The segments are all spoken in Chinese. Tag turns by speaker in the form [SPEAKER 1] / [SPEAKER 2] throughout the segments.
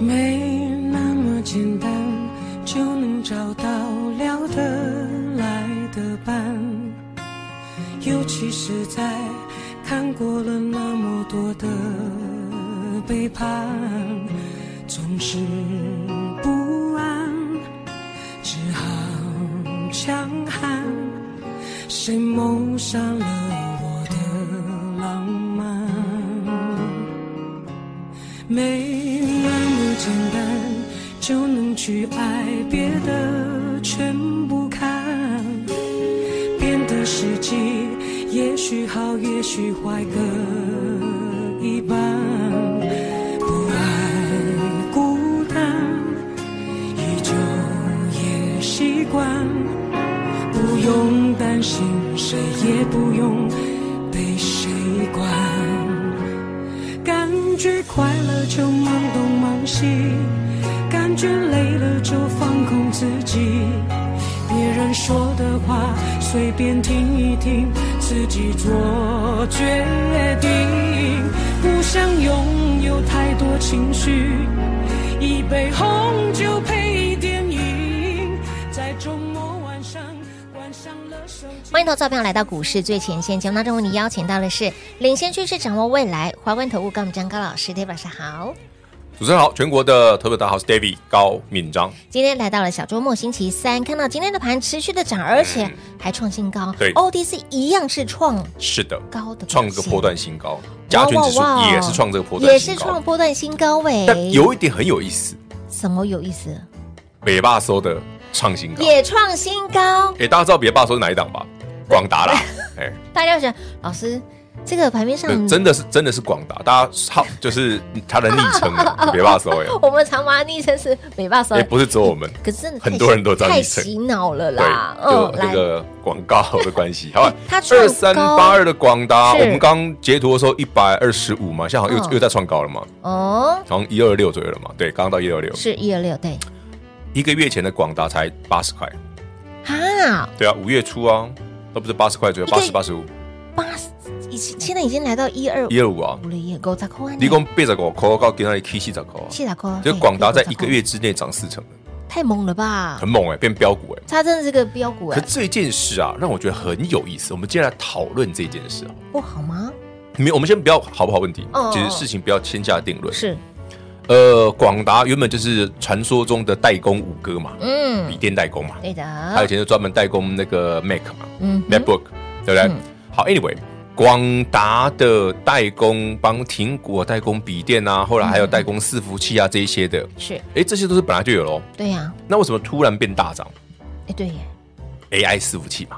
[SPEAKER 1] 没那么简单就能找到聊得来的伴，尤其是在看过了那么多的背叛，总是不安，只好强悍，谁谋杀了我的浪漫？没那么简单就能去爱，别的全不看。变得实际，也许好，也许坏各一半。不爱孤单，依旧也习惯，不用担心，谁也不用被谁管。感觉快乐就忙东忙西，感觉累了就放空自己。别人说的话随便听一听，自己做决定。不想拥有太多情绪，一杯红酒配电影，在周末晚上关上了手机。
[SPEAKER 2] 欢迎投资朋友来到股市最前线节目当中，为你邀请到的是领先趋势、掌握未来华冠投顾高敏章高老师，大家晚上好。
[SPEAKER 3] 主持人好，全国的特别大家好，我是 David 高敏章，
[SPEAKER 2] 今天来到了小周末星期三，看到今天的盘持续的涨，而且还创新高。
[SPEAKER 3] 嗯对
[SPEAKER 2] ，OTC 一样是创
[SPEAKER 3] 是的，
[SPEAKER 2] 高的表现
[SPEAKER 3] 创个波段新高，加权指数
[SPEAKER 2] 哇哇哇
[SPEAKER 3] 也是创这个波
[SPEAKER 2] 也
[SPEAKER 3] 段
[SPEAKER 2] 是
[SPEAKER 3] 新
[SPEAKER 2] 创
[SPEAKER 3] 高，
[SPEAKER 2] 波段新高位。
[SPEAKER 3] 但有一点很有意思，
[SPEAKER 2] 什么有意思？
[SPEAKER 3] 北霸收的创新高，
[SPEAKER 2] 也创新高，
[SPEAKER 3] 哎，大家知道北霸收是哪一档 吧？广达啦，哎，
[SPEAKER 2] 大家会想老师这个盘面上
[SPEAKER 3] 对真的是真的是广达，大家好，就是它的昵称啊， 北霸收哎，
[SPEAKER 2] 我们常把它昵称是美霸手
[SPEAKER 3] 也，不是只有我们，
[SPEAKER 2] 可是真的太
[SPEAKER 3] 很多人都这样
[SPEAKER 2] 太
[SPEAKER 3] 昵称
[SPEAKER 2] 洗脑了
[SPEAKER 3] 对
[SPEAKER 2] 啦。，哦
[SPEAKER 3] 就这个广告的关系。 好吧，
[SPEAKER 2] 它创高
[SPEAKER 3] 二三八二的广达，
[SPEAKER 2] 是
[SPEAKER 3] 我们刚截图的时候一百二十五嘛，现在好像
[SPEAKER 2] 嗯
[SPEAKER 3] 又又在创高了嘛，
[SPEAKER 2] 哦，
[SPEAKER 3] 好像一二六左右了嘛，对，刚刚到一二六，
[SPEAKER 2] 是一二六对，
[SPEAKER 3] 一个月前的广达才八十块，
[SPEAKER 2] 哈，
[SPEAKER 3] 对啊，五月初啊，那不是八十块左右，
[SPEAKER 2] 一个
[SPEAKER 3] 八十八十五，
[SPEAKER 2] 八十已经现在已经来到一二
[SPEAKER 3] 一二五啊，
[SPEAKER 2] 五了耶，狗杂扣啊，
[SPEAKER 3] 你讲八十五块到今天的 K 四十块 啊，
[SPEAKER 2] 谢杂扣，
[SPEAKER 3] 就
[SPEAKER 2] 嘿
[SPEAKER 3] 广达在
[SPEAKER 2] 50
[SPEAKER 3] 一个月之内涨四成，
[SPEAKER 2] 太猛了吧？
[SPEAKER 3] 很猛哎，变标股哎。
[SPEAKER 2] 它真的是个标股
[SPEAKER 3] 可
[SPEAKER 2] 哎，
[SPEAKER 3] 这件事啊，让我觉得很有意思。我们接下来讨论这件事啊，
[SPEAKER 2] 不好吗？
[SPEAKER 3] 没有，我们先不要好不好问题
[SPEAKER 2] 哦，
[SPEAKER 3] 其实事情不要先下定论。
[SPEAKER 2] 是，
[SPEAKER 3] 呃，广达原本就是传说中的代工五哥嘛，笔
[SPEAKER 2] 嗯，
[SPEAKER 3] 电代工嘛，
[SPEAKER 2] 对的，
[SPEAKER 3] 他以前就专门代工那个 Mac 嘛
[SPEAKER 2] 嗯哼
[SPEAKER 3] ，MacBook，对不对
[SPEAKER 2] 嗯？
[SPEAKER 3] 好，Anyway，广达的代工帮苹果代工笔电啊，后来
[SPEAKER 2] 嗯
[SPEAKER 3] 还有代工伺服器啊这一些的，
[SPEAKER 2] 是
[SPEAKER 3] 哎，这些都是本来就有喽。
[SPEAKER 2] 对呀，
[SPEAKER 3] 那为什么突然变大涨
[SPEAKER 2] 哎对耶，
[SPEAKER 3] ？AI 伺服器嘛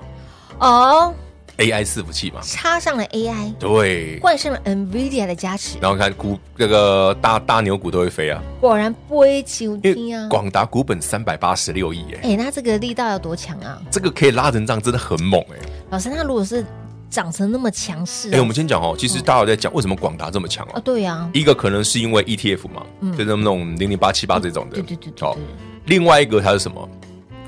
[SPEAKER 2] 哦，
[SPEAKER 3] ，AI 伺服器嘛，
[SPEAKER 2] 插上了 AI，
[SPEAKER 3] 对。
[SPEAKER 2] 冠上了 NVIDIA 的加持，
[SPEAKER 3] 然后看股那个大大牛股都会飞啊，
[SPEAKER 2] 果然不会求
[SPEAKER 3] 因
[SPEAKER 2] 听
[SPEAKER 3] 为
[SPEAKER 2] 啊。
[SPEAKER 3] 广达股本三百八十六亿耶，
[SPEAKER 2] 哎，那这个力道要多强啊？
[SPEAKER 3] 这个可以拉成这样，真的很猛哎。
[SPEAKER 2] 老师，那如果是长成那么强势
[SPEAKER 3] 哎、
[SPEAKER 2] 啊，
[SPEAKER 3] 我们先讲哦，其实大家有在讲为什么广达这么强
[SPEAKER 2] 啊，
[SPEAKER 3] 哦。
[SPEAKER 2] 对呀，
[SPEAKER 3] 一个可能是因为 ETF 嘛，
[SPEAKER 2] 嗯
[SPEAKER 3] 就是那种零零八七八这种的，
[SPEAKER 2] 对对对对对
[SPEAKER 3] 哦。另外一个它是什么？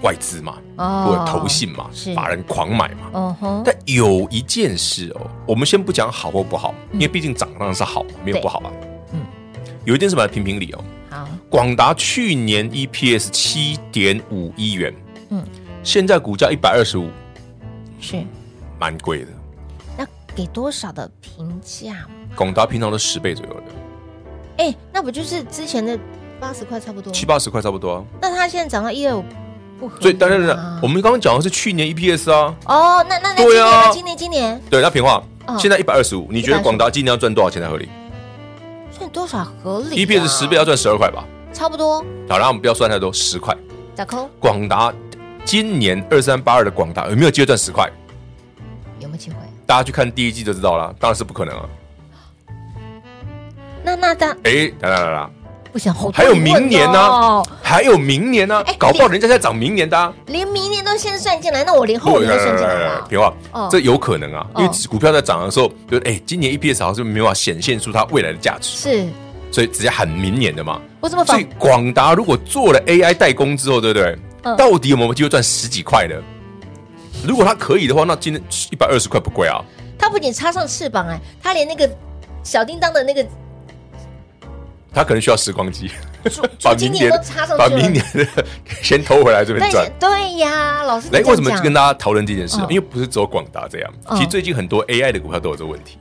[SPEAKER 3] 外资嘛，
[SPEAKER 2] 哦
[SPEAKER 3] 或者投信嘛
[SPEAKER 2] 是，
[SPEAKER 3] 法人狂买嘛。
[SPEAKER 2] 哦吼，
[SPEAKER 3] 但有一件事哦，我们先不讲好或不好，因为毕竟涨当然是好，没有不好吧。
[SPEAKER 2] 嗯
[SPEAKER 3] 嗯，有一件事我们来评评理哦。
[SPEAKER 2] 好，
[SPEAKER 3] 广达去年 EPS 七点五一元，
[SPEAKER 2] 嗯
[SPEAKER 3] 嗯，现在股价一百二十五，
[SPEAKER 2] 是
[SPEAKER 3] 蛮贵的。
[SPEAKER 2] 那给多少的评价？
[SPEAKER 3] 广达平常都十倍左右的，
[SPEAKER 2] 哎，那不就是之前的八十块差不多？
[SPEAKER 3] 七八十块差不多啊。
[SPEAKER 2] 那它现在涨到一二五，不合理吗
[SPEAKER 3] 所以当然了，我们刚刚讲的是去年 EPS 啊，
[SPEAKER 2] 哦，那那那今
[SPEAKER 3] 对
[SPEAKER 2] 年
[SPEAKER 3] 啊
[SPEAKER 2] 那今年今年
[SPEAKER 3] 对，那平话
[SPEAKER 2] 嗯
[SPEAKER 3] 哦现在一百二十五，你觉得广达今年要赚多少钱才合理
[SPEAKER 2] 算多少合理啊
[SPEAKER 3] ？EPS 十倍要赚十二块吧？
[SPEAKER 2] 差不多，
[SPEAKER 3] 好，那我们不要算太多，十块。
[SPEAKER 2] 打扣
[SPEAKER 3] 广达今年二三八二的广达有没有机会赚十块？
[SPEAKER 2] 有没有机会？
[SPEAKER 3] 大家去看第一季就知道啦，当然是不可能啊。
[SPEAKER 2] 那那当
[SPEAKER 3] 哎，来来来来，
[SPEAKER 2] 我想好多
[SPEAKER 3] 还
[SPEAKER 2] 疑
[SPEAKER 3] 有
[SPEAKER 2] 问
[SPEAKER 3] 明年呢啊
[SPEAKER 2] 哦
[SPEAKER 3] 还有明年呢
[SPEAKER 2] 哎，
[SPEAKER 3] 搞不好人家在涨明年的啊。
[SPEAKER 2] 连明年都先算进来，那我连后年都
[SPEAKER 3] 哎
[SPEAKER 2] 算进来了。
[SPEAKER 3] 别忘
[SPEAKER 2] 啊哦，
[SPEAKER 3] 这有可能啊，
[SPEAKER 2] 哦
[SPEAKER 3] 因为股票在涨的时候，就哎，今年 EPS 好像是没有办法显现出它未来的价值，
[SPEAKER 2] 是
[SPEAKER 3] 所以直接喊明年的嘛。
[SPEAKER 2] 我怎么
[SPEAKER 3] 所
[SPEAKER 2] 仿
[SPEAKER 3] 以广达如果做了 AI 代工之后，对不对
[SPEAKER 2] 嗯？
[SPEAKER 3] 到底有没有机会赚十几块呢？如果它可以的话，那今天一百二十块不贵啊。
[SPEAKER 2] 他不仅插上翅膀哎，他连那个小叮当的那个
[SPEAKER 3] 它可能需要时光机，
[SPEAKER 2] 主今年都插上去了
[SPEAKER 3] 把明年的 先偷回来这边
[SPEAKER 2] 那
[SPEAKER 3] 赚
[SPEAKER 2] 些。对呀，老师
[SPEAKER 3] 来，哎为什么跟
[SPEAKER 2] 他
[SPEAKER 3] 大家讨论这件事
[SPEAKER 2] 嗯？
[SPEAKER 3] 因为不是只有广达这样，
[SPEAKER 2] 嗯
[SPEAKER 3] 其实最近很多 AI 的股票都有这个问题。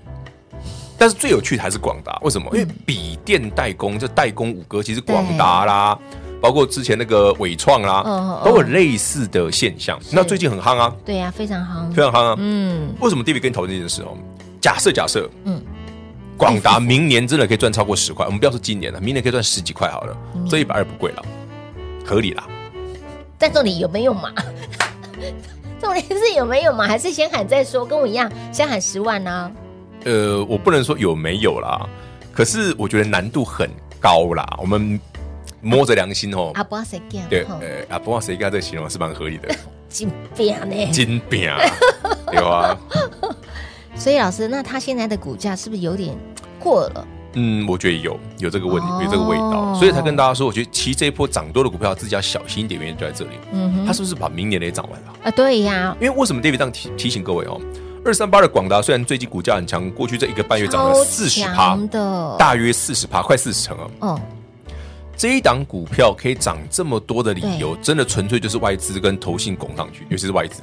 [SPEAKER 3] 但是最有趣的还是广达，为什么？
[SPEAKER 2] 嗯
[SPEAKER 3] 因为笔电代工，这代工五哥其实广达啦，包括之前那个伟创
[SPEAKER 2] 嗯嗯
[SPEAKER 3] 啦，
[SPEAKER 2] 嗯
[SPEAKER 3] 都有类似的现象。那最近很夯啊，
[SPEAKER 2] 对呀非常好，
[SPEAKER 3] 非常夯啊。
[SPEAKER 2] 嗯
[SPEAKER 3] 为什么 David 跟你讨论这件事哦？假设假设，
[SPEAKER 2] 嗯
[SPEAKER 3] 嗯，广达明年真的可以赚超过十块，我们不要说今年了，明年可以赚十几块好了，
[SPEAKER 2] 嗯
[SPEAKER 3] 这一百二不贵了，合理啦。
[SPEAKER 2] 但重点有没有嘛？ 重点是有没有嘛？还是先喊再说？跟我一样，先喊十万啊呢、
[SPEAKER 3] 呃，我不能说有没有啦，可是我觉得难度很高啦。我们摸着良心哦，
[SPEAKER 2] 啊？阿波谁干？
[SPEAKER 3] 对，
[SPEAKER 2] 吼
[SPEAKER 3] 呃，啊，不管谁跟这个形容是蛮合理的，
[SPEAKER 2] 金饼呢？
[SPEAKER 3] 金饼啊，对啊，
[SPEAKER 2] 所以老师，那他现在的股价是不是有点过了？
[SPEAKER 3] 嗯，我觉得有有这个问题，
[SPEAKER 2] 哦
[SPEAKER 3] 有这个味道，所以才跟大家说，我觉得其实这一波涨多的股票自己要小心一点，原因就在这里，
[SPEAKER 2] 嗯哼，
[SPEAKER 3] 它是不是把明年的也涨完了？
[SPEAKER 2] 啊，对呀，
[SPEAKER 3] 因为为什么 David 这样提提醒各位哦？二三八的广达虽然最近股价很强，过去这一个半月涨了
[SPEAKER 2] 超
[SPEAKER 3] 四十趴
[SPEAKER 2] 强，的，
[SPEAKER 3] 大约四十趴，快四十成哦。
[SPEAKER 2] 哦，
[SPEAKER 3] 这一档股票可以涨这么多的理由，真的纯粹就是外资跟投信拱上去，尤其是外资。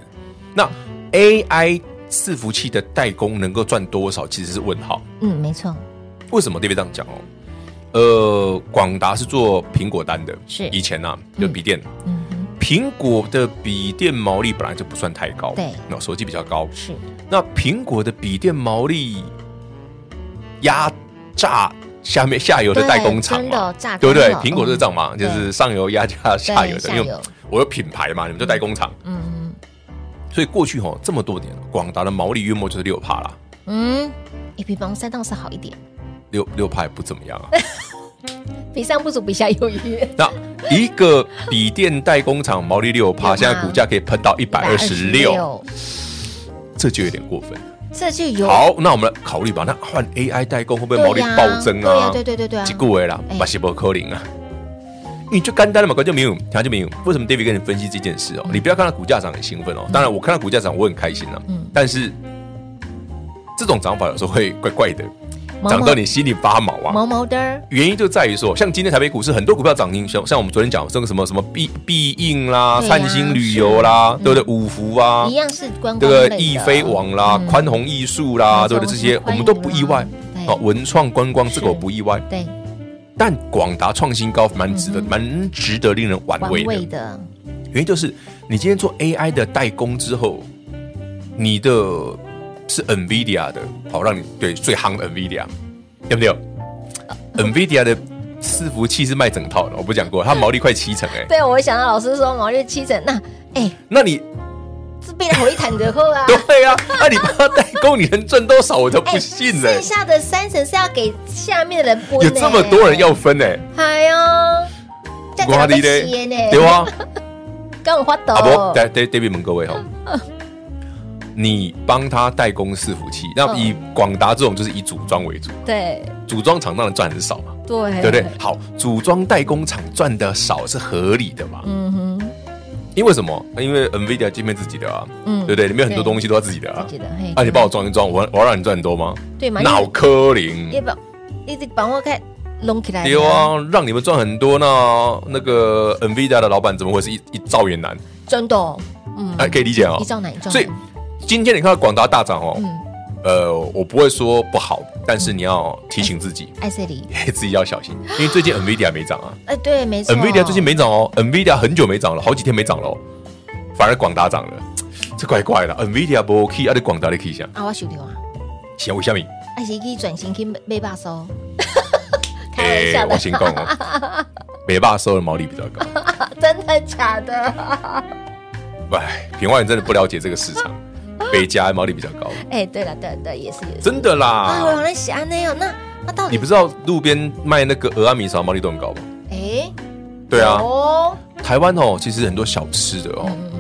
[SPEAKER 3] 那 AI 伺服器的代工能够赚多少，其实是问号。
[SPEAKER 2] 嗯，没错，
[SPEAKER 3] 为什么 David 这样讲哦？呃，广达是做苹果单的，
[SPEAKER 2] 是
[SPEAKER 3] 以前啊，就笔电。
[SPEAKER 2] 嗯哼，
[SPEAKER 3] 苹果的笔电毛利本来就不算太高，
[SPEAKER 2] 对
[SPEAKER 3] 那手机比较高，
[SPEAKER 2] 是
[SPEAKER 3] 那苹果的笔电毛利压榨下面下游的代工厂
[SPEAKER 2] 对真
[SPEAKER 3] 嘛
[SPEAKER 2] 的榨，
[SPEAKER 3] 对不对
[SPEAKER 2] 干？了
[SPEAKER 3] 苹果就是这样嘛，
[SPEAKER 2] 嗯
[SPEAKER 3] 就是上游压榨下游的，
[SPEAKER 2] 下
[SPEAKER 3] 因
[SPEAKER 2] 游
[SPEAKER 3] 为我有品牌嘛，你们就代工厂，
[SPEAKER 2] 嗯
[SPEAKER 3] 所以过去哦这么多年，广达的毛利约莫就是六帕啦，
[SPEAKER 2] 嗯嗯，也比防三倒是好一点，
[SPEAKER 3] 六六帕也不怎么样啊。
[SPEAKER 2] 比上不足，比下有余。
[SPEAKER 3] 那一个笔电代工厂毛利六
[SPEAKER 2] 有
[SPEAKER 3] 帕，
[SPEAKER 2] 吗
[SPEAKER 3] 现在股价可以喷到一百二十六，
[SPEAKER 2] 126，
[SPEAKER 3] 这就有点过分。
[SPEAKER 2] 这就有
[SPEAKER 3] 好，那我们来考虑吧，那换 AI 代工会不会毛利
[SPEAKER 2] 对呀
[SPEAKER 3] 暴增
[SPEAKER 2] 对呀
[SPEAKER 3] 啊？
[SPEAKER 2] 对对对对啊
[SPEAKER 3] 一句话啦
[SPEAKER 2] 哎，
[SPEAKER 3] 嘛是无可能啊。你就简单了嘛，关键没有，他就没有。为什么 David 跟你分析这件事哦？你不要看到股价涨很兴奋哦，当然我看到股价涨我很开心啊，
[SPEAKER 2] 嗯
[SPEAKER 3] 但是这种涨法有时候会怪怪的，
[SPEAKER 2] 毛毛
[SPEAKER 3] 涨到你心里发毛啊。
[SPEAKER 2] 毛毛的儿，
[SPEAKER 3] 原因就在于说，像今天台北股市很多股票涨停，像像我们昨天讲这个什么什么必必应啦、
[SPEAKER 2] 对呀啊
[SPEAKER 3] 灿星旅游啦，
[SPEAKER 2] 是嗯
[SPEAKER 3] 对不对？五福啊
[SPEAKER 2] 一，样是观光
[SPEAKER 3] 这个
[SPEAKER 2] 类的
[SPEAKER 3] 易飞网啦、
[SPEAKER 2] 嗯
[SPEAKER 3] 宽宏艺术啦，
[SPEAKER 2] 没错
[SPEAKER 3] 对不对？这些
[SPEAKER 2] 欢迎
[SPEAKER 3] 我们都不意外
[SPEAKER 2] 啦对。
[SPEAKER 3] 哦，文创观光这个
[SPEAKER 2] 是
[SPEAKER 3] 我不意外，
[SPEAKER 2] 对
[SPEAKER 3] 但广达创新高蛮值得，
[SPEAKER 2] 嗯哼
[SPEAKER 3] 蛮值得令人玩
[SPEAKER 2] 玩
[SPEAKER 3] 味的。
[SPEAKER 2] 味的，
[SPEAKER 3] 原因就是你今天做 AI 的代工之后，你的是 NVIDIA 的，好让你对最夯的 NVIDIA，对不对、n v i d i a 的伺服器是卖整套的，我不讲过，它毛利快七成 哎、
[SPEAKER 2] 对我想到老师说毛利七成，那哎，
[SPEAKER 3] 那你。
[SPEAKER 2] 这变得好一谈得后啊
[SPEAKER 3] 对啊，那你帮他代工，你能赚多少？我都不信哎、
[SPEAKER 2] 剩下的三成是要给下面的人分、
[SPEAKER 3] 有这么多人，要分哎、
[SPEAKER 2] 哎呦，这样子
[SPEAKER 3] 嘞
[SPEAKER 2] 呢？
[SPEAKER 3] 对啊，
[SPEAKER 2] 跟我发抖。
[SPEAKER 3] 阿伯，David 啊 David 问各 位哈，你帮他代工伺服器，那
[SPEAKER 2] 嗯
[SPEAKER 3] 以广达这种就是以组装为主，
[SPEAKER 2] 对
[SPEAKER 3] 组装厂当然赚很少嘛，
[SPEAKER 2] 对
[SPEAKER 3] 对不对？？好，组装代工厂赚的少是合理的嘛？
[SPEAKER 2] 嗯哼，
[SPEAKER 3] 因为什么？因为 NVIDIA 界面自己的啊，
[SPEAKER 2] 嗯
[SPEAKER 3] 对不对？里面很多
[SPEAKER 2] 对
[SPEAKER 3] 东西都要自己的啊
[SPEAKER 2] 自。己的嘿。
[SPEAKER 3] 啊，你帮我装一装，我我要让你赚多吗？
[SPEAKER 2] 对嘛？
[SPEAKER 3] 脑科
[SPEAKER 2] 你
[SPEAKER 3] 灵，
[SPEAKER 2] 把你得把我给弄起来。
[SPEAKER 3] 嗯对，啊，让你们赚很多那那个 NVIDIA 的老板怎么会是一一兆元男？
[SPEAKER 2] 真的哦，嗯，
[SPEAKER 3] 哎，可以理解哦
[SPEAKER 2] 一。兆奶，一兆奶。
[SPEAKER 3] 所以今天你看到广达大涨哦，
[SPEAKER 2] 嗯，
[SPEAKER 3] 呃，我不会说不好，但是你要提醒自己，
[SPEAKER 2] 艾瑟里，
[SPEAKER 3] 自己要小心，因为最近 NVIDIA 没涨啊
[SPEAKER 2] 哎，对，没错。
[SPEAKER 3] ，NVIDIA 最近没涨哦，NVIDIA 很久没涨了，好几天没涨了哦，反而广达涨了，这怪怪的，NVIDIA 不 key，啊，你广达的 key 下，
[SPEAKER 2] 啊，我收掉啊，
[SPEAKER 3] 行，为什么？
[SPEAKER 2] 啊是去转型去买哦把 手。开玩
[SPEAKER 3] 哎、
[SPEAKER 2] 笑
[SPEAKER 3] 我
[SPEAKER 2] 的，
[SPEAKER 3] 先讲哦， 美霸收的毛利比较高，
[SPEAKER 2] 啊真的假 的？
[SPEAKER 3] 哎，平外人真的不了解这个 市场，北加毛利比较高，
[SPEAKER 2] 哎，对了，对了对了，也是也是。
[SPEAKER 3] 真的
[SPEAKER 2] 啊，我
[SPEAKER 3] 啦，
[SPEAKER 2] 原来是安尼哦。那那到底
[SPEAKER 3] 你不知道路边卖那个俄阿米烧毛利都很高吗？
[SPEAKER 2] 哎，
[SPEAKER 3] 对啊，
[SPEAKER 2] 哦，
[SPEAKER 3] 台湾哦，其实很多小吃的哦，
[SPEAKER 2] 嗯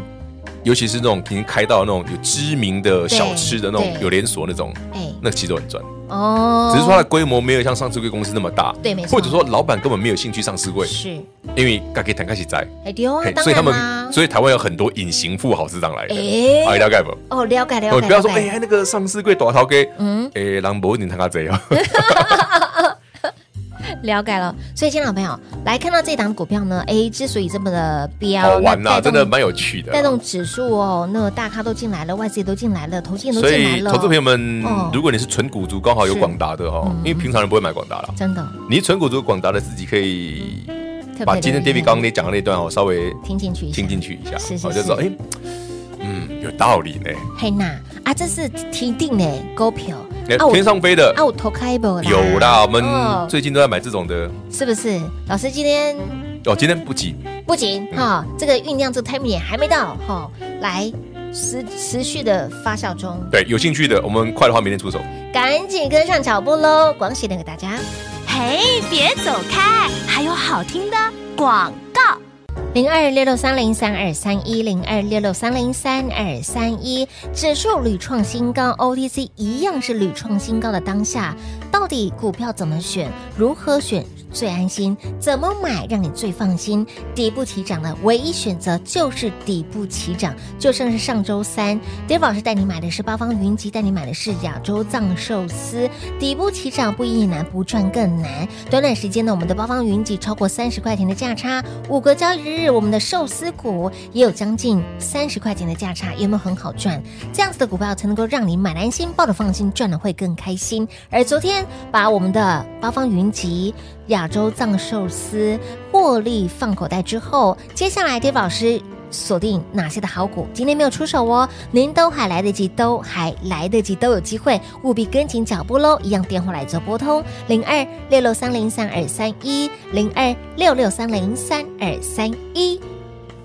[SPEAKER 3] 尤其是那种已经开到那种有知名的小吃的那种
[SPEAKER 2] 对
[SPEAKER 3] 有连锁那种，
[SPEAKER 2] 哎，
[SPEAKER 3] 那其实都很赚，
[SPEAKER 2] 哦，
[SPEAKER 3] 只是说它的规模没有像上市贵公司那么大，
[SPEAKER 2] 对没错
[SPEAKER 3] 或者说老板根本没有兴趣上市贵，
[SPEAKER 2] 是，
[SPEAKER 3] 因为他可以谈开始摘，
[SPEAKER 2] 哎丢啊
[SPEAKER 3] 嘿，
[SPEAKER 2] 当
[SPEAKER 3] 所以他
[SPEAKER 2] 然
[SPEAKER 3] 们
[SPEAKER 2] 啦，
[SPEAKER 3] 所以台湾有很多隐形富豪是这样来的，
[SPEAKER 2] 哎
[SPEAKER 3] 哎，了解不？
[SPEAKER 2] 哦，了解了解，
[SPEAKER 3] 哦，你不要说
[SPEAKER 2] 了解
[SPEAKER 3] 哎、呀，那个上市贵大头给，
[SPEAKER 2] 嗯
[SPEAKER 3] 嗯，哎、人不一定谈他贼 啊，
[SPEAKER 2] 了解了，所以，亲爱的朋友，来看到这档股票呢，哎，之所以这么的飙，
[SPEAKER 3] 好哦玩呐、啊
[SPEAKER 2] 那带动
[SPEAKER 3] 真的蛮有趣的啊、
[SPEAKER 2] 带动指数哦，那大咖都进来了，外资也都进来了，投信也都
[SPEAKER 3] 所
[SPEAKER 2] 进来
[SPEAKER 3] 以，
[SPEAKER 2] 了，
[SPEAKER 3] 啊投资朋友们
[SPEAKER 2] 哦，
[SPEAKER 3] 如果你是纯股族，刚好有
[SPEAKER 2] 是嗯
[SPEAKER 3] 广达的哦，因为平常人不会买广达啦。
[SPEAKER 2] 真的
[SPEAKER 3] 你是纯股族，广达的自己可以
[SPEAKER 2] 特别
[SPEAKER 3] 把今天
[SPEAKER 2] 留意
[SPEAKER 3] David 刚刚你讲的那段哦，稍微
[SPEAKER 2] 听进去一下，
[SPEAKER 3] 听进去一下，
[SPEAKER 2] 是是
[SPEAKER 3] 哦就知道
[SPEAKER 2] 是
[SPEAKER 3] 哎，嗯，有道理呢。
[SPEAKER 2] 嘿娜啊，这是提定的股票
[SPEAKER 3] 哎
[SPEAKER 2] 啊，我
[SPEAKER 3] 天上飞的
[SPEAKER 2] 啊，我投开不啦？
[SPEAKER 3] 有啦，我们
[SPEAKER 2] 哦
[SPEAKER 3] 最近都在买这种的
[SPEAKER 2] 是不是？老师今天
[SPEAKER 3] 哦。今天不急，
[SPEAKER 2] 不仅哈、这个酝酿这个 timing 也还没到哈、来持持续的发酵中，
[SPEAKER 3] 对，有兴趣的，我们快的话明天出手。
[SPEAKER 2] 赶紧跟上脚步喽！广喜的给大家。
[SPEAKER 4] 嘿，别走开，还有好听的广告。
[SPEAKER 2] 零二六六三零三二三一零二六六三零三二三一，指数屡创新高，OTC 一样是屡创新高的当下，到底股票怎么选，如何选最安心，怎么买让你最放心？底部起涨的唯一选择就是底部起涨，就像是上周三，Dave 老师带你买的是八方云集，带你买的是亚洲藏寿司，底部起涨不易难，不赚更难。短短时间呢，我们的八方云集超过三十块钱的价差，五个交易日，我们的寿司股也有将近三十块钱的价差，有没有很好赚？这样子的股票才能够让你买得安心，抱得放心，赚的会更开心。而昨天把我们的八方云集、亚洲藏寿司获利放口袋之后，接下来 Dave 老师。锁定哪些的好股，今天没有出手哦，您都还来得及，都还来得及，都有机会，务必跟紧脚步喽！一样电话来做拨通零二六六三零三二三一零二六六三零三二三一。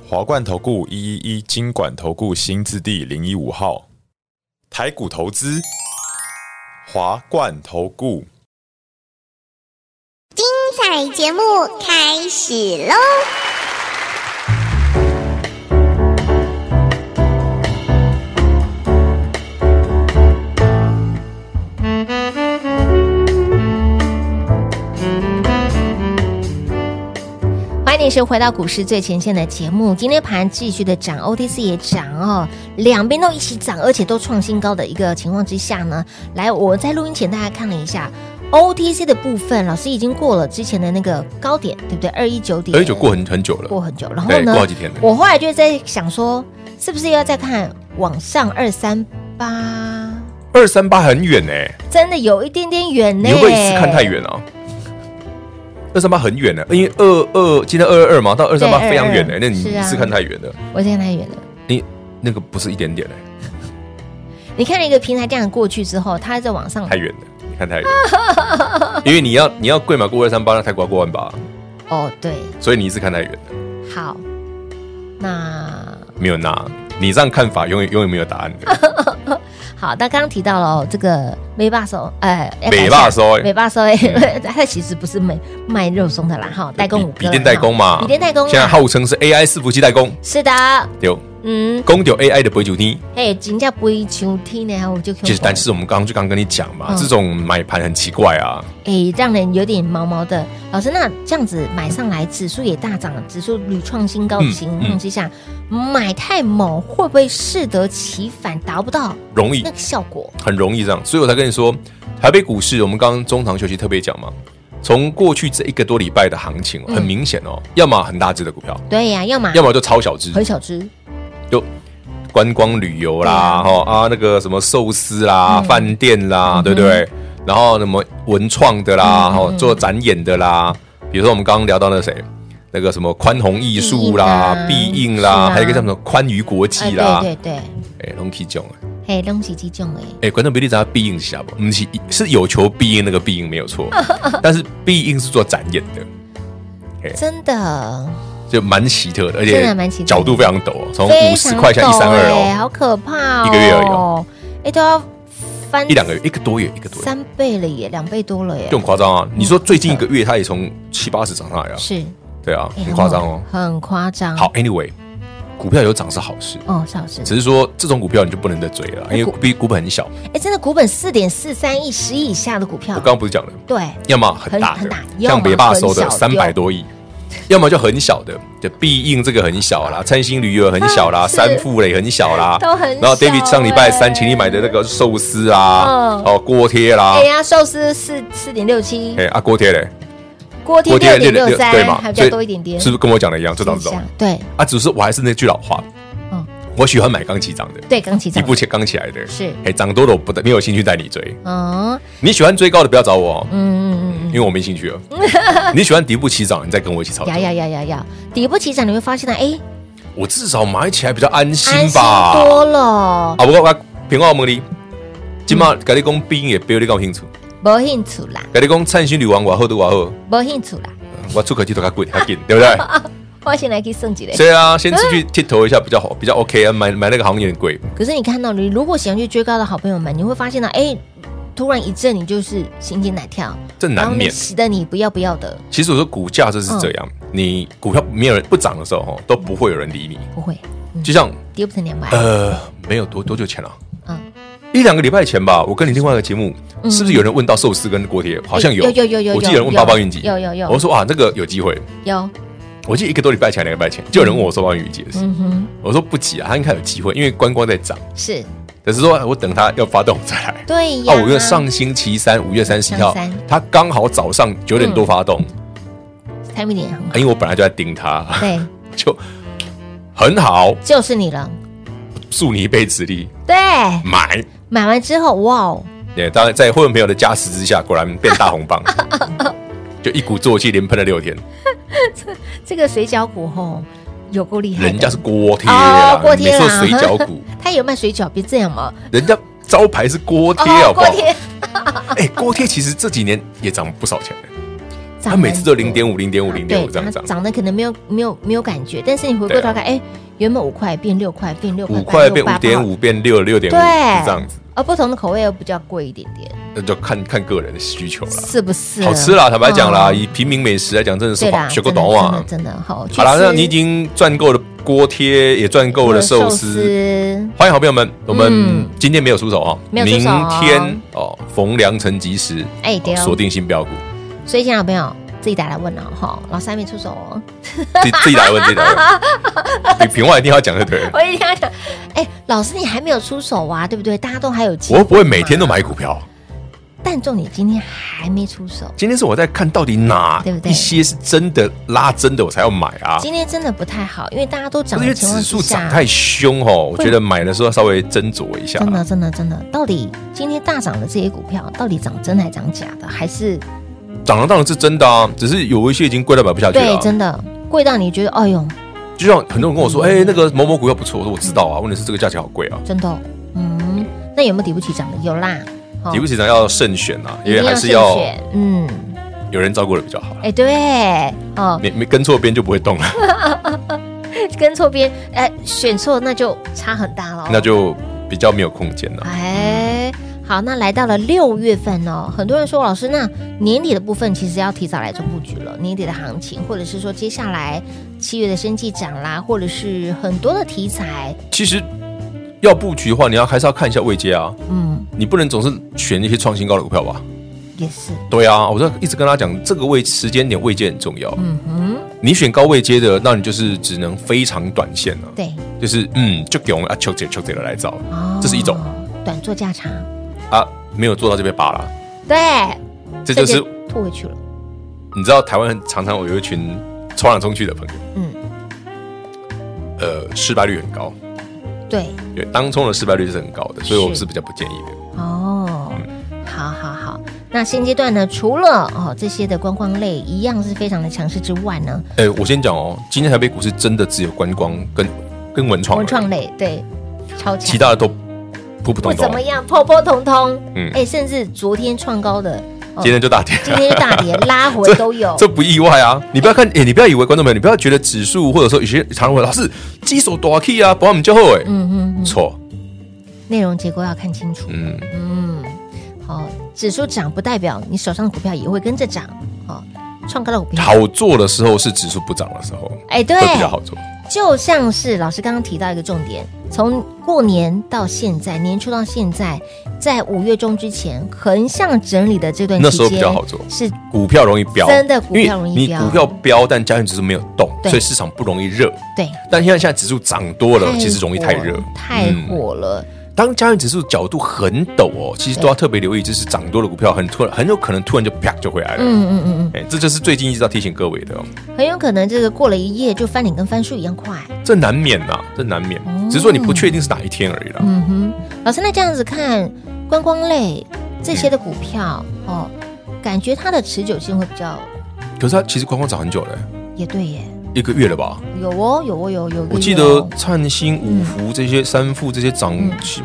[SPEAKER 5] 华冠投顾一一一金管投顾新字第零一五号，台股投资，华冠投顾。
[SPEAKER 6] 彩节目开始喽！
[SPEAKER 2] 欢迎你，是回到股市最前线的节目。今天盘继续的涨，OTC 也涨哦，两边都一起涨，而且都创新高的一个情况之下呢，来，我在录音前大家看了一下 OTC 的部分，老师已经过了之前的那个高点，对不对？二一九点，
[SPEAKER 3] 而且哎过很很久了，
[SPEAKER 2] 过很久，然后
[SPEAKER 3] 对，
[SPEAKER 2] 呢
[SPEAKER 3] 过，好几天了。
[SPEAKER 2] 我后来就在想说，是不是要再看往上二三八？
[SPEAKER 3] 二三八很远哎，
[SPEAKER 2] 真的有一点点远呢、
[SPEAKER 3] 你会不会是看太？远啊？二三八很远呢，因为二二今天二二二嘛，到二三八
[SPEAKER 2] 对
[SPEAKER 3] 非常远哎
[SPEAKER 2] 222，
[SPEAKER 3] 那你
[SPEAKER 2] 是啊
[SPEAKER 3] 一次看太远了。
[SPEAKER 2] 我是看太远了。
[SPEAKER 3] 你那个不是一点点
[SPEAKER 2] 嗯
[SPEAKER 3] 哎，
[SPEAKER 2] 你看了一个平台这样过去之后，它还在往上
[SPEAKER 3] 太远了，你看太远了， 因为你要你要贵嘛，过二三八，那台股要过万八，
[SPEAKER 2] 哦，对，
[SPEAKER 3] 所以你是看太远的，
[SPEAKER 2] 好，那
[SPEAKER 3] 没有那，你这样看法永远永远没有答案 的。
[SPEAKER 2] 好，那刚刚提到了哦这个美霸手，呃，要改一
[SPEAKER 3] 美
[SPEAKER 2] 下
[SPEAKER 3] 霸收欸
[SPEAKER 2] 美霸手，哎 它其实不是卖卖肉松的啦，哈，代工五哥
[SPEAKER 3] 笔
[SPEAKER 2] 啦，
[SPEAKER 3] 嗯电代工嘛，
[SPEAKER 2] 哈笔电代工啊啦，
[SPEAKER 3] 现在号称是 AI 伺服器代工，
[SPEAKER 2] 是的，
[SPEAKER 3] 有
[SPEAKER 2] 嗯，
[SPEAKER 3] 公有 AI 的博主呢，
[SPEAKER 2] 哎，人家不会像天呢，我就
[SPEAKER 3] 就是但是我们刚刚就刚跟你讲嘛，
[SPEAKER 2] 嗯
[SPEAKER 3] 这种买盘很奇怪啊，
[SPEAKER 2] 哎，让人有点毛毛的。老师，那这样子买上来，指数也大涨，指数屡创新高的
[SPEAKER 3] 嗯
[SPEAKER 2] 情况之下，买太猛会不会适得其反，达不到
[SPEAKER 3] 容易
[SPEAKER 2] 那个效果？
[SPEAKER 3] 很容易这样，所以我才跟你说，台北股市我们刚刚中堂休息特别讲嘛，从过去这一个多礼拜的行
[SPEAKER 2] 嗯
[SPEAKER 3] 情，很明显哦，要么很大只的股票，
[SPEAKER 2] 对呀、要么
[SPEAKER 3] 要么就超小只，
[SPEAKER 2] 很小只，
[SPEAKER 3] 就观光旅游啦，哈啊那个什么寿司
[SPEAKER 2] 嗯
[SPEAKER 3] 啦、饭店啦，对不对？然后什么文创的
[SPEAKER 2] 嗯
[SPEAKER 3] 啦，哈做展演的啦，比如说我们刚刚聊到那谁，那个什么宽宏艺术啦、
[SPEAKER 2] 必
[SPEAKER 3] 必
[SPEAKER 2] 应啊
[SPEAKER 3] 应
[SPEAKER 2] 是啊
[SPEAKER 3] 啦，还有一个叫什么宽娱国际啦，
[SPEAKER 2] 对对对，
[SPEAKER 3] 哎龙 K 囧哎，
[SPEAKER 2] 嘿，东西这种哎，
[SPEAKER 3] 哎观众朋友你知道必应是啥不？不是是有求必应那个必应没 有错，但是必应是做展演的，
[SPEAKER 2] 真的
[SPEAKER 3] 就蛮奇特的，而
[SPEAKER 2] 真
[SPEAKER 3] 且
[SPEAKER 2] 的蛮奇特的
[SPEAKER 3] 角度非常陡，哦，从
[SPEAKER 2] 非
[SPEAKER 3] 五十
[SPEAKER 2] 常
[SPEAKER 3] 块钱一
[SPEAKER 2] 陡
[SPEAKER 3] 三二
[SPEAKER 2] 哎
[SPEAKER 3] 哦，
[SPEAKER 2] 好可怕哦，
[SPEAKER 3] 一个月而已
[SPEAKER 2] 哎，都要。翻
[SPEAKER 3] 一两个月，一个多月，一个多月，
[SPEAKER 2] 三嗯倍了耶，两倍多了耶
[SPEAKER 3] 就，很夸张啊！你说最近一个月，它也从七八十涨上来啊，
[SPEAKER 2] 是
[SPEAKER 3] 对啊，
[SPEAKER 2] 哎
[SPEAKER 3] 很夸张哦。
[SPEAKER 2] 很嗯夸张。
[SPEAKER 3] 好，，anyway，股票有涨是好事，
[SPEAKER 2] 哦，邵老师，
[SPEAKER 3] 只是说这种股票你就不能再追了，因为
[SPEAKER 2] 股
[SPEAKER 3] 股比股本很小。
[SPEAKER 2] 哎，真的股本四点四三亿，十亿以下的股票，
[SPEAKER 3] 我刚刚不是讲了，
[SPEAKER 2] 对
[SPEAKER 3] 要么很大
[SPEAKER 2] 很
[SPEAKER 3] 的
[SPEAKER 2] 大，要么
[SPEAKER 3] 像北霸收的
[SPEAKER 2] 很小
[SPEAKER 3] 三百多亿，要么就很小的，就必应这个很小啦，灿星旅游很小啦，
[SPEAKER 2] 啊是
[SPEAKER 3] 三富嘞很小啦，
[SPEAKER 2] 都很小
[SPEAKER 3] 然后 David 上礼拜
[SPEAKER 2] 欸
[SPEAKER 3] 三请你买的那个寿司啊
[SPEAKER 2] 嗯，
[SPEAKER 3] 哦锅贴啦
[SPEAKER 2] 哎，呀，寿司四四点六七，
[SPEAKER 3] 哎啊锅贴嘞，
[SPEAKER 2] 锅贴六点六
[SPEAKER 3] 对
[SPEAKER 2] 三，
[SPEAKER 3] 嘛
[SPEAKER 2] 还，比
[SPEAKER 3] 所
[SPEAKER 2] 较
[SPEAKER 3] 以
[SPEAKER 2] 多一点点，
[SPEAKER 3] 是不是跟我讲的一样？就涨
[SPEAKER 2] 一
[SPEAKER 3] 这种
[SPEAKER 2] 下？对
[SPEAKER 3] 啊，只是我还是那句老话，
[SPEAKER 2] 嗯
[SPEAKER 3] 我喜欢买刚起涨的，
[SPEAKER 2] 对，刚起
[SPEAKER 3] 一
[SPEAKER 2] 涨
[SPEAKER 3] 步前刚起来的，
[SPEAKER 2] 是
[SPEAKER 3] 哎涨多了我不没有兴趣带你追，
[SPEAKER 2] 嗯
[SPEAKER 3] 你喜欢追高的不要找我哦，
[SPEAKER 2] 嗯嗯
[SPEAKER 3] 因为我没 兴趣了。哦你喜欢底部起涨，你再跟我一起操
[SPEAKER 2] 嗯，
[SPEAKER 3] 作
[SPEAKER 2] 呀，呀呀呀呀，底部起涨，你会发现呢，哎，
[SPEAKER 3] 我至少买起来比较安心
[SPEAKER 2] 安心
[SPEAKER 3] 吧。
[SPEAKER 2] 哎多了，
[SPEAKER 3] 啊，不过我平安我问你，今嘛跟你讲兵也标你搞清楚，
[SPEAKER 2] 没兴趣啦，
[SPEAKER 3] 跟你讲灿星女王我好都我好，
[SPEAKER 2] 没兴趣啦，
[SPEAKER 3] 我出口气都较贵较紧，对不对？
[SPEAKER 2] 我先来去升级嘞。
[SPEAKER 3] 所以啊，先出去剃头一下比较好，比较 OK 啊，买买那个行业很贵。
[SPEAKER 2] 可是你看到，你如果想去追高的好朋友们，你会发现呢，哎，突然一阵你就是心惊胆跳，
[SPEAKER 3] 这难
[SPEAKER 2] 然后你
[SPEAKER 3] 免
[SPEAKER 2] 洗的你不要不要的，
[SPEAKER 3] 其实我说股价就是这样，你股票没有人不涨的时候，哦，都不会有人理你。
[SPEAKER 2] 不会
[SPEAKER 3] 就像
[SPEAKER 2] 跌不成两百，
[SPEAKER 3] 呃，没有多多久前了、啊
[SPEAKER 2] 嗯
[SPEAKER 3] 一两个礼拜前吧，我跟你另外一个节目，是不是有人问到寿司跟锅贴？好像有，
[SPEAKER 2] 有有有有
[SPEAKER 3] 我记得有人问八八运机，
[SPEAKER 2] 有有有
[SPEAKER 3] 我说哇，那个有机会。
[SPEAKER 2] 有，
[SPEAKER 3] 我记得一个多礼拜前、两个礼拜前，就有人问我说八八运机的事，
[SPEAKER 2] 嗯哼，
[SPEAKER 3] 我说不急啊，它应该有机会，因为观光在涨，
[SPEAKER 2] 是
[SPEAKER 3] 只是说我等它要发动我再来。
[SPEAKER 2] 对呀，
[SPEAKER 3] 啊，五月上星期三，五月三十一号
[SPEAKER 2] 上嗯三，
[SPEAKER 3] 它刚好早上九点多发动，
[SPEAKER 2] timing 点很好
[SPEAKER 3] 啊，因为我本来就在盯它，
[SPEAKER 2] 对，
[SPEAKER 3] 就很好，
[SPEAKER 2] 就是你了。
[SPEAKER 3] 助你一臂之力
[SPEAKER 2] 对，
[SPEAKER 3] 买。
[SPEAKER 2] 买完之后，哇哦，
[SPEAKER 3] 对，当然在会员朋友的加持之下，果然变大红 棒，就一鼓作气连喷了六天。
[SPEAKER 2] 这个水饺股吼有够厉害的，
[SPEAKER 3] 人家是锅贴
[SPEAKER 2] 哦
[SPEAKER 3] 啊，
[SPEAKER 2] 锅
[SPEAKER 3] 你
[SPEAKER 2] 贴
[SPEAKER 3] 说
[SPEAKER 2] 啦
[SPEAKER 3] 水饺股，
[SPEAKER 2] 他有卖水饺，别这样嘛，
[SPEAKER 3] 人家招牌是锅贴，
[SPEAKER 2] 哦
[SPEAKER 3] 好不好
[SPEAKER 2] 锅？贴
[SPEAKER 3] 哎，锅贴其实这几年也涨不少钱，
[SPEAKER 2] 涨
[SPEAKER 3] 它
[SPEAKER 2] 蛮
[SPEAKER 3] 每次都零
[SPEAKER 2] 多
[SPEAKER 3] 点五、零点五、零点
[SPEAKER 2] 对
[SPEAKER 3] 五这样
[SPEAKER 2] 它
[SPEAKER 3] 涨，
[SPEAKER 2] 涨的可能没有没有没有感觉，但是你回过头看，哎，原本五块变六块，变六块，
[SPEAKER 3] 五块
[SPEAKER 2] 8
[SPEAKER 3] 变五点，五，变六六点
[SPEAKER 2] 8
[SPEAKER 3] 五，
[SPEAKER 2] 对，
[SPEAKER 3] 是这样子，，
[SPEAKER 2] 而不同的口味又比较贵一点点，
[SPEAKER 3] 那就看看个人的需求了。
[SPEAKER 2] 是不是？
[SPEAKER 3] 好吃啦，坦白讲啦，
[SPEAKER 2] 嗯
[SPEAKER 3] 以平民美食来讲，真的是
[SPEAKER 2] 对啦，
[SPEAKER 3] 学过
[SPEAKER 2] 真的
[SPEAKER 3] 短袜。
[SPEAKER 2] 真的真的好。去
[SPEAKER 3] 好啦，
[SPEAKER 2] 吃
[SPEAKER 3] 那你已经赚够了锅贴，也赚够了寿司，欢迎好朋友们，我们
[SPEAKER 2] 嗯
[SPEAKER 3] 今天没有出手哈，
[SPEAKER 2] 没有出
[SPEAKER 3] 明
[SPEAKER 2] 手哦
[SPEAKER 3] 天哦，逢良辰吉时，
[SPEAKER 2] 哎对哦
[SPEAKER 3] 哦锁定新标股，
[SPEAKER 2] 所以，现在有朋友自己打来问了哈，老师还没出手哦，
[SPEAKER 3] 自己自己来问，自己来问，你平话一定要讲就对了。
[SPEAKER 2] 我一定要讲，哎，老师你还没有出手啊，对不对？大家都还有机会
[SPEAKER 3] 我又不会每
[SPEAKER 2] 嘛
[SPEAKER 3] 天都买股票，
[SPEAKER 2] 但重点今天还没出手，
[SPEAKER 3] 今天是我在看到底哪
[SPEAKER 2] 对不对
[SPEAKER 3] 一些是真的拉真的，我才要买啊。
[SPEAKER 2] 今天真的不太好，因为大家都涨
[SPEAKER 3] 不是
[SPEAKER 2] 的
[SPEAKER 3] 因为
[SPEAKER 2] 情况
[SPEAKER 3] 指
[SPEAKER 2] 之
[SPEAKER 3] 数
[SPEAKER 2] 下
[SPEAKER 3] 涨，太凶哦，我
[SPEAKER 2] 会
[SPEAKER 3] 觉得买的时候要稍微斟酌一下。
[SPEAKER 2] 真的真的真的，到底今天大涨的这些股票，到底涨真的还涨假的？还是
[SPEAKER 3] 涨了当然是真的啊，只是有一些已经贵到买不下去了
[SPEAKER 2] 对
[SPEAKER 3] 啊。
[SPEAKER 2] 真的嗯贵到你觉得，哎呦，
[SPEAKER 3] 就像很多人跟我说，哎，那个某某股票不错，我说我知道啊，问题是这个价钱好贵啊。
[SPEAKER 2] 真的，嗯，那有没有底不起涨的？有啦，哦
[SPEAKER 3] 底部起涨要慎选啊，因
[SPEAKER 2] 一
[SPEAKER 3] 为
[SPEAKER 2] 定
[SPEAKER 3] 还是
[SPEAKER 2] 慎
[SPEAKER 3] 要
[SPEAKER 2] 选，嗯，
[SPEAKER 3] 有人照顾的比较好啦。啊
[SPEAKER 2] 哎，对，哦，
[SPEAKER 3] 没没跟错边就不会动了，
[SPEAKER 2] 跟错边，哎，选错那就差很大了，
[SPEAKER 3] 那就比较没有空间了。
[SPEAKER 2] 哎，好，那来到了六月份哦，很多人说老师，那年底的部分其实要提早来做布局了，年底的行情，或者是说接下来七月的生计涨啦，或者是很多的题材，
[SPEAKER 3] 其实要布局的话，你要还是要看一下位阶啊，
[SPEAKER 2] 嗯，
[SPEAKER 3] 你不能总是选一些创新高的股票吧？
[SPEAKER 2] 也是，
[SPEAKER 3] 对啊，我就一直跟他讲，这个位时间点位阶很重要。
[SPEAKER 2] 嗯哼，
[SPEAKER 3] 你选高位阶的，那你就是只能非常短线了、
[SPEAKER 2] 对，
[SPEAKER 3] 就是嗯，就给我们啊，求姐求姐的来找
[SPEAKER 2] 哦，
[SPEAKER 3] 这是一种
[SPEAKER 2] 短做价差，
[SPEAKER 3] 啊，没有做到就被扒了。
[SPEAKER 2] 对，
[SPEAKER 3] 这就是
[SPEAKER 2] 瞬间吐回去了，
[SPEAKER 3] 你知道台湾常常有一群冲来冲去的朋友，
[SPEAKER 2] 嗯，
[SPEAKER 3] 呃，失败率很高，
[SPEAKER 2] 对，
[SPEAKER 3] 对，当冲的失败率是很高的，所以我
[SPEAKER 2] 是
[SPEAKER 3] 是比较不建议的。
[SPEAKER 2] 哦，好好好。那现阶段呢，除了哦这些的观光类一样是非常的强势之外呢，
[SPEAKER 3] 哎、我先讲哦，今天台北股市真的只有观光跟跟文创而已，
[SPEAKER 2] 文创类对超强，
[SPEAKER 3] 其他的都普普
[SPEAKER 2] 不
[SPEAKER 3] 通啊
[SPEAKER 2] 怎
[SPEAKER 3] 通
[SPEAKER 2] 么。样，破破通通。嗯
[SPEAKER 3] 嗯，
[SPEAKER 2] 哎、甚至昨天创高的，哦
[SPEAKER 3] 今天就大跌
[SPEAKER 2] 今
[SPEAKER 3] 了，
[SPEAKER 2] 天大跌拉回都有。
[SPEAKER 3] 这不意外啊！你不要看，哎、你不要以为观众朋友，你不要觉得指数或者说有些常人会老是基手多
[SPEAKER 2] 嗯
[SPEAKER 3] key 啊，保我们就后哎，
[SPEAKER 2] 嗯嗯嗯，
[SPEAKER 3] 错，
[SPEAKER 2] 内容结构要看清楚。
[SPEAKER 3] 嗯，
[SPEAKER 2] 嗯，哦，指数涨不代表你手上股票也会跟着涨哦。创高的股票，
[SPEAKER 3] 好做的时候是指数不涨的时候，
[SPEAKER 2] 哎，对，
[SPEAKER 3] 会比较好做。
[SPEAKER 2] 就像是老师刚刚提到一个重点，从过年到现在，年初到现在，在五月中之前横向整理的这段期间，
[SPEAKER 3] 那时候比较好做
[SPEAKER 2] 是
[SPEAKER 3] 股票容易飙，
[SPEAKER 2] 真的股票容易
[SPEAKER 3] 因为
[SPEAKER 2] 飙
[SPEAKER 3] 你股票飙，但家庭指数没有动，
[SPEAKER 2] 对
[SPEAKER 3] 所以市场不容易热。
[SPEAKER 2] 对，
[SPEAKER 3] 但现在现在指数涨多了，
[SPEAKER 2] 太
[SPEAKER 3] 其实容易太热
[SPEAKER 2] 火，太
[SPEAKER 3] 嗯
[SPEAKER 2] 火了，
[SPEAKER 3] 当加权指数角度很陡哦，其实都要特别留意，就是涨多的股票很突然，很有可能突然就啪就回来了。
[SPEAKER 2] 嗯嗯嗯嗯。
[SPEAKER 3] 哎、这就是最近一直要提醒各位的、哦，
[SPEAKER 2] 很有可能这个过了一夜就翻脸跟翻书一样快。
[SPEAKER 3] 这难免呐、这难免，只是说你不确定是哪一天而已啦。
[SPEAKER 2] 哦嗯哼，老师，那这样子看观光类这些的股票、哦，感觉它的持久性会比较，
[SPEAKER 3] 可是它其实观光涨很久了、
[SPEAKER 2] 也对耶，
[SPEAKER 3] 一个月了吧？
[SPEAKER 2] 有哦，有哦，有有、
[SPEAKER 3] 我记得灿星、五福这些、三富这些涨，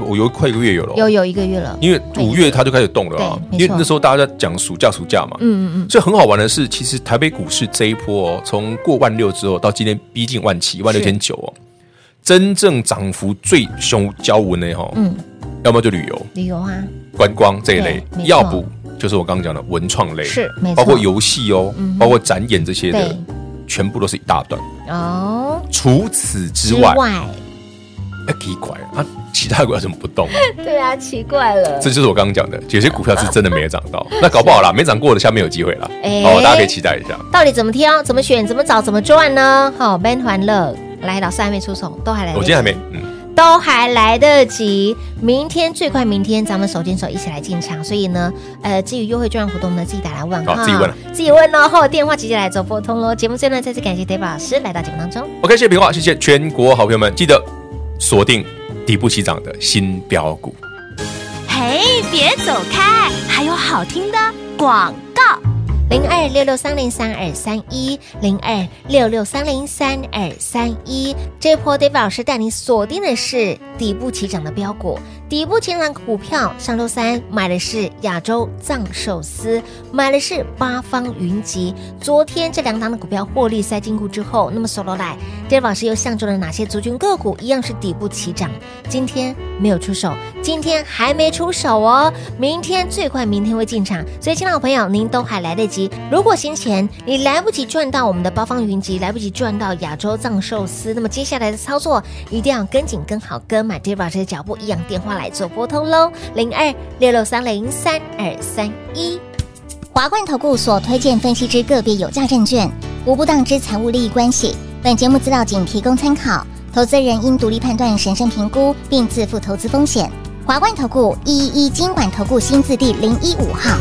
[SPEAKER 3] 我有快一个月有了哦、
[SPEAKER 2] 嗯有有一个月了，
[SPEAKER 3] 因为五月它就开始动了啊，
[SPEAKER 2] 对没
[SPEAKER 3] 因
[SPEAKER 2] 错
[SPEAKER 3] 为那时候大家在讲暑假暑假嘛，
[SPEAKER 2] 嗯嗯
[SPEAKER 3] 所以很好玩的是，其实台北股市这一波哦，从过万六之后到今天逼近万七，一万六千九哦，真正涨幅最凶交文的哈、哦，
[SPEAKER 2] 嗯，
[SPEAKER 3] 要么就旅游、
[SPEAKER 2] 旅游啊，
[SPEAKER 3] 观光这一类
[SPEAKER 2] 对没，错
[SPEAKER 3] 要不就是我刚刚讲的文创类，
[SPEAKER 2] 是没错
[SPEAKER 3] 包括游戏哦，
[SPEAKER 2] 嗯哼
[SPEAKER 3] 包括展演这些的
[SPEAKER 2] 对，
[SPEAKER 3] 全部都是一大段。
[SPEAKER 2] 哦，
[SPEAKER 3] 除此之外，
[SPEAKER 2] 外
[SPEAKER 3] 哎，奇怪啊，其他股票怎么不动？
[SPEAKER 2] 对啊，奇怪了，
[SPEAKER 3] 这就是我刚刚讲的，有些股票是真的没有涨 到，那搞不好啦，没涨过的下面有机会啦。
[SPEAKER 2] 哎
[SPEAKER 3] 哦，大家可以期待一下。
[SPEAKER 2] 到底怎么挑、怎么选、怎么找、怎么赚呢？好、b a n 欢乐，来，老师还没出手，都还来得及，
[SPEAKER 3] 我今天还没，嗯。
[SPEAKER 2] 都还来得及，明天最快明天咱们手牵手一起来进场。所以呢，呃，至于优惠券活动呢，自己打来问
[SPEAKER 3] 好自己问啊
[SPEAKER 2] 自己问哦，后电话直接来走拨通喽。节目最后呢，再次感谢 David 老师来到节目当中。
[SPEAKER 3] OK，谢谢平话，谢谢全国好朋友们，记得锁定底部起涨的新标股。
[SPEAKER 4] 嘿，别走开，还有好听的广告。
[SPEAKER 2] 零二六六三零三二三一，零二六六三零三二三一。这波 David 老师带你锁定的是底部起涨的标股，底部起涨股票。上周三买的是亚洲藏寿司，买的是八方云集。昨天这两档的股票获利塞进库之后，那么 solo 来，David 老师又相中了哪些族群个股？一样是底部起涨，今天没有出手，今天还没出手哦，明天最快明天会进场，所以亲爱的朋友，您都还来得及。如果先前你来不及赚到我们的八方云集，来不及赚到亚洲藏寿司，那么接下来的操作一定要跟紧、跟好、跟满 David 老师的脚步，一样电话来做拨通喽，零二六六三零三二三一。
[SPEAKER 6] 华冠投顾所推荐分析之个别有价证券，无不当之财务利益关系。本节目资料仅提供参考，投资人应独立判断、审慎评估，并自负投资风险。华冠投顾一一一金管投顾新字第零一五号。